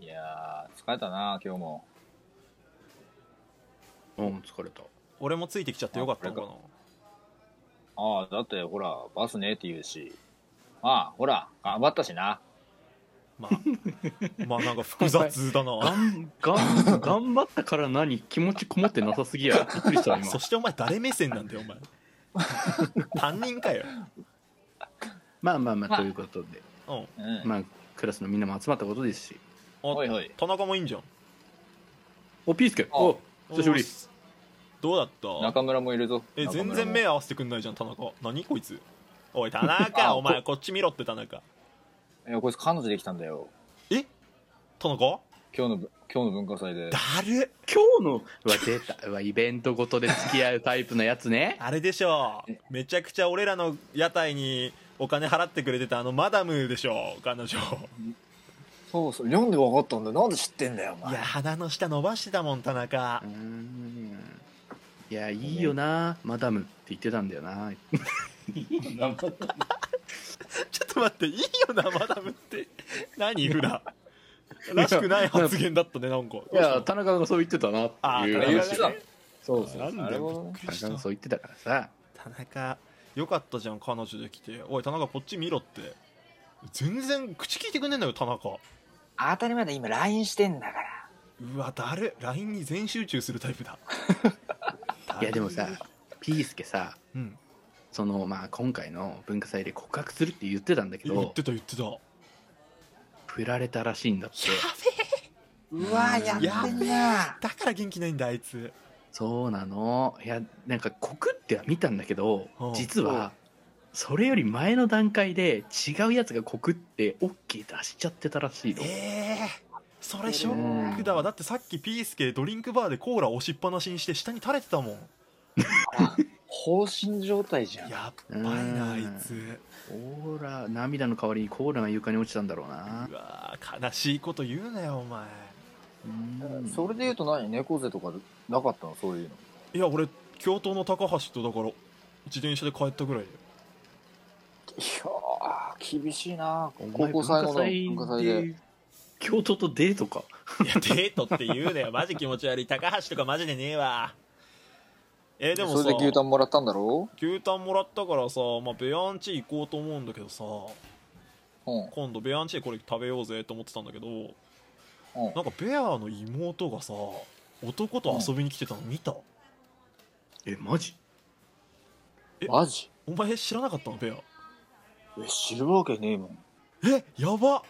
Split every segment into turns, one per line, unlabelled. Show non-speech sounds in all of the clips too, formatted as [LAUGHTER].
いやー疲れたな今日も
あもう疲れた
俺もついてきちゃってよかったのかな
ああだってほらバスねって言うしまあほら頑張ったしな
まあ [LAUGHS] まあなんか複雑
が
だなん
がん頑張ったから何気持ちこもってなさすぎ [LAUGHS] やびっくりした今
そしてお前誰目線なんだよお前担任かよ
まあまあま
ま
あ
あ
ということで
うん
うん、
まあクラスのみんなも集まったことですし
おい
あ
おい
田中もいいんじゃん
おピースケ
あ
お久しぶり
どうだった
中村もいるぞ
え
中村
全
も
然目合わせてくんないじゃん田中何こいつおい田中
あ
お前こっち見ろって田中
いやこいつ彼女できたんだよ
え田中
今日のぶ今日の文化祭で
だる
今日のうわ出たうわイベントごとで付き合うタイプのやつ [LAUGHS] ね
あれでしょ
え
めちゃくちゃ俺らの屋台にお金払ってくれてたあのマダムでしょ彼女
そうそう読んで分かったんだよなんで知ってんだよお
いや鼻の下伸ばしてたもん田中
うーんいやいいよなマダムって言ってたんだよな
ちょっと待っていいよなマダムって
[LAUGHS]
何フラらしくない発言だったねなんか
いや田中がそう言ってたなっていう
あー田中
言っ
が
話
て
そ
た
うそうそう
なん
な
だ
るほ
よ
どね
びっく
田
りし
中が
た
そう言ってたからさ
田中よかったじゃん彼女できておい田中こっち見ろって全然口聞いてくんねえんだよ田中
当たり前だ今 LINE してんだから
うわだる LINE に全集中するタイプだ
[LAUGHS] いやでもさピースケさ
うん
そのまあ今回の文化祭で告白するって言ってたんだけ
言っ
ど
てた言ってたや
振られたらしいんだって
うわやっ
べえや
てん
べえ
な
だから元気ないんだあいつ
そうなのいやなんか告っては見たんだけど
うん
実はそれより前の段階で違うやつが告って OK 出しちゃってたらしいの
ええそれショックだわだってさっきピースケドリンクバーでコーラ押しっぱなしにして下に垂れてたもん
放心状態じゃん
やっばいなあいつ
オーラ涙の代わりにコーラが床に落ちたんだろうな
うわー悲しいこと言うなよお前
うん
それで言うと何猫背とかなかったのそういうの
いや俺教頭の高橋とだから自転車で帰ったぐらいだよ
いやー厳しいな
お
高
前
校最後の文
文
化
化
祭
祭
で
で京都とデートか
いやデートって言うなよマジ気持ち悪い高橋とかマジでねえわえーでもさ
それで牛タンもらったんだろ
牛タンもらったからさ、まあ、ベアンチ行こうと思うんだけどさ
うんうん
今度ベアンチでこれ食べようぜと思ってたんだけどなんかベアの妹がさ男と遊びに来てたの見た、
えマジ
え
マジ
お前知らなかったのベア
え知るわけねえもん
えやば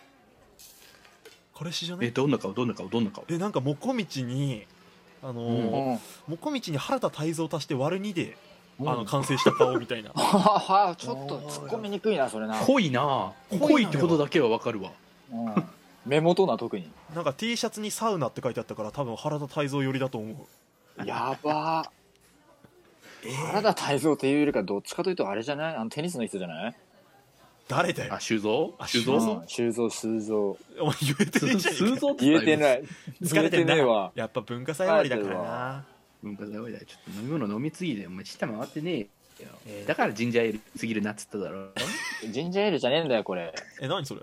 彼氏じゃね
えどんな顔どんな顔どんな顔
えなんかもこみちにあ
う
のー
ん
もこみちに原田泰造足して割る2で、
うん
あの完成した顔みたいな [LAUGHS]
ははちょっと突っ込みにくいなそれな、
濃いな
濃
濃い
いのよ
ってことだけはわかるわ
うん、目元な特に
なんか T シャツにサウナって書いてあったから多分原田泰造寄りだと思う
やば
えー
原田泰造っていうよりかどっちかというとあれじゃないあのテニスの人じゃない
誰だよ
あ修造
あ
修
どう
造
ぞ
[LAUGHS]
うん修造修造
お前言えてねえじゃねえ
修
か
造
言えてないい
疲れて
言
ん
え
な
ねえわ
やっぱ文化祭終わりだからな
文化祭おいだよちょっと飲み物飲みすぎてお前舌回ってねえよだからジンジャーエールすぎるなっつっただろ
ジンジャーエールじゃねえんだよこれ
え何それ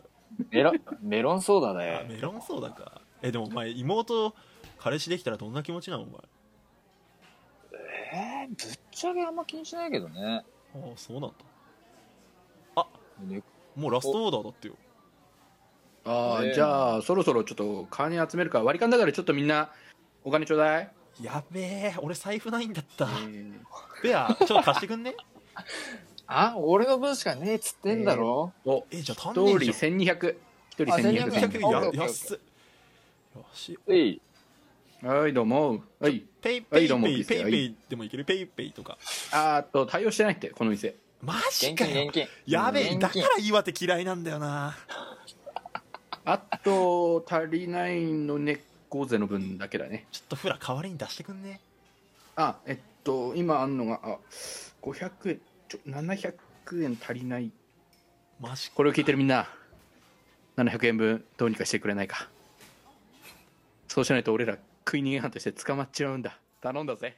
メロンメロンソーダだ
あ
よ
メロンソーダかえでもお前妹彼氏できたらどんな気持ちなのお
えー、ぶっちゃけあんま気にしないけどね
前ああそうなんだ
ね
もうラストオーダーだってよ
あ
ねえ
あじゃあそろそろちょっと金集めるから割り勘だからちょっとみんなお金ちょうだい、
やべえ俺財布ないんだった
えー
ベアちょっと貸してくんね
あ俺の分しかねえっつってんだろ、
お
えじゃあ単
一
人
人
じゃん
1200一人
あ1200
1200
1200
や
オッケー
安っよし
えい
はいどうもはい
ペイペイ
どうも
ペイ
ピスケ
ペイ
はい
ペイでもいけるペイペイとか
あーっと対応してないってこの店
マジ
現
か
金
よ
現金
やべえ
現
だか
金
ら岩手嫌いなんだよな
あと足りないの猫背の分だけだね
ちょっとフラ代わりに出してくんね
あえっと今あんのがあ500円ちょ700円足りない
マジか
これを聞いてるみんな700円分どうにかしてくれないかそうしないと俺ら食い逃げ犯として捕まっちまうんだ頼んだぜ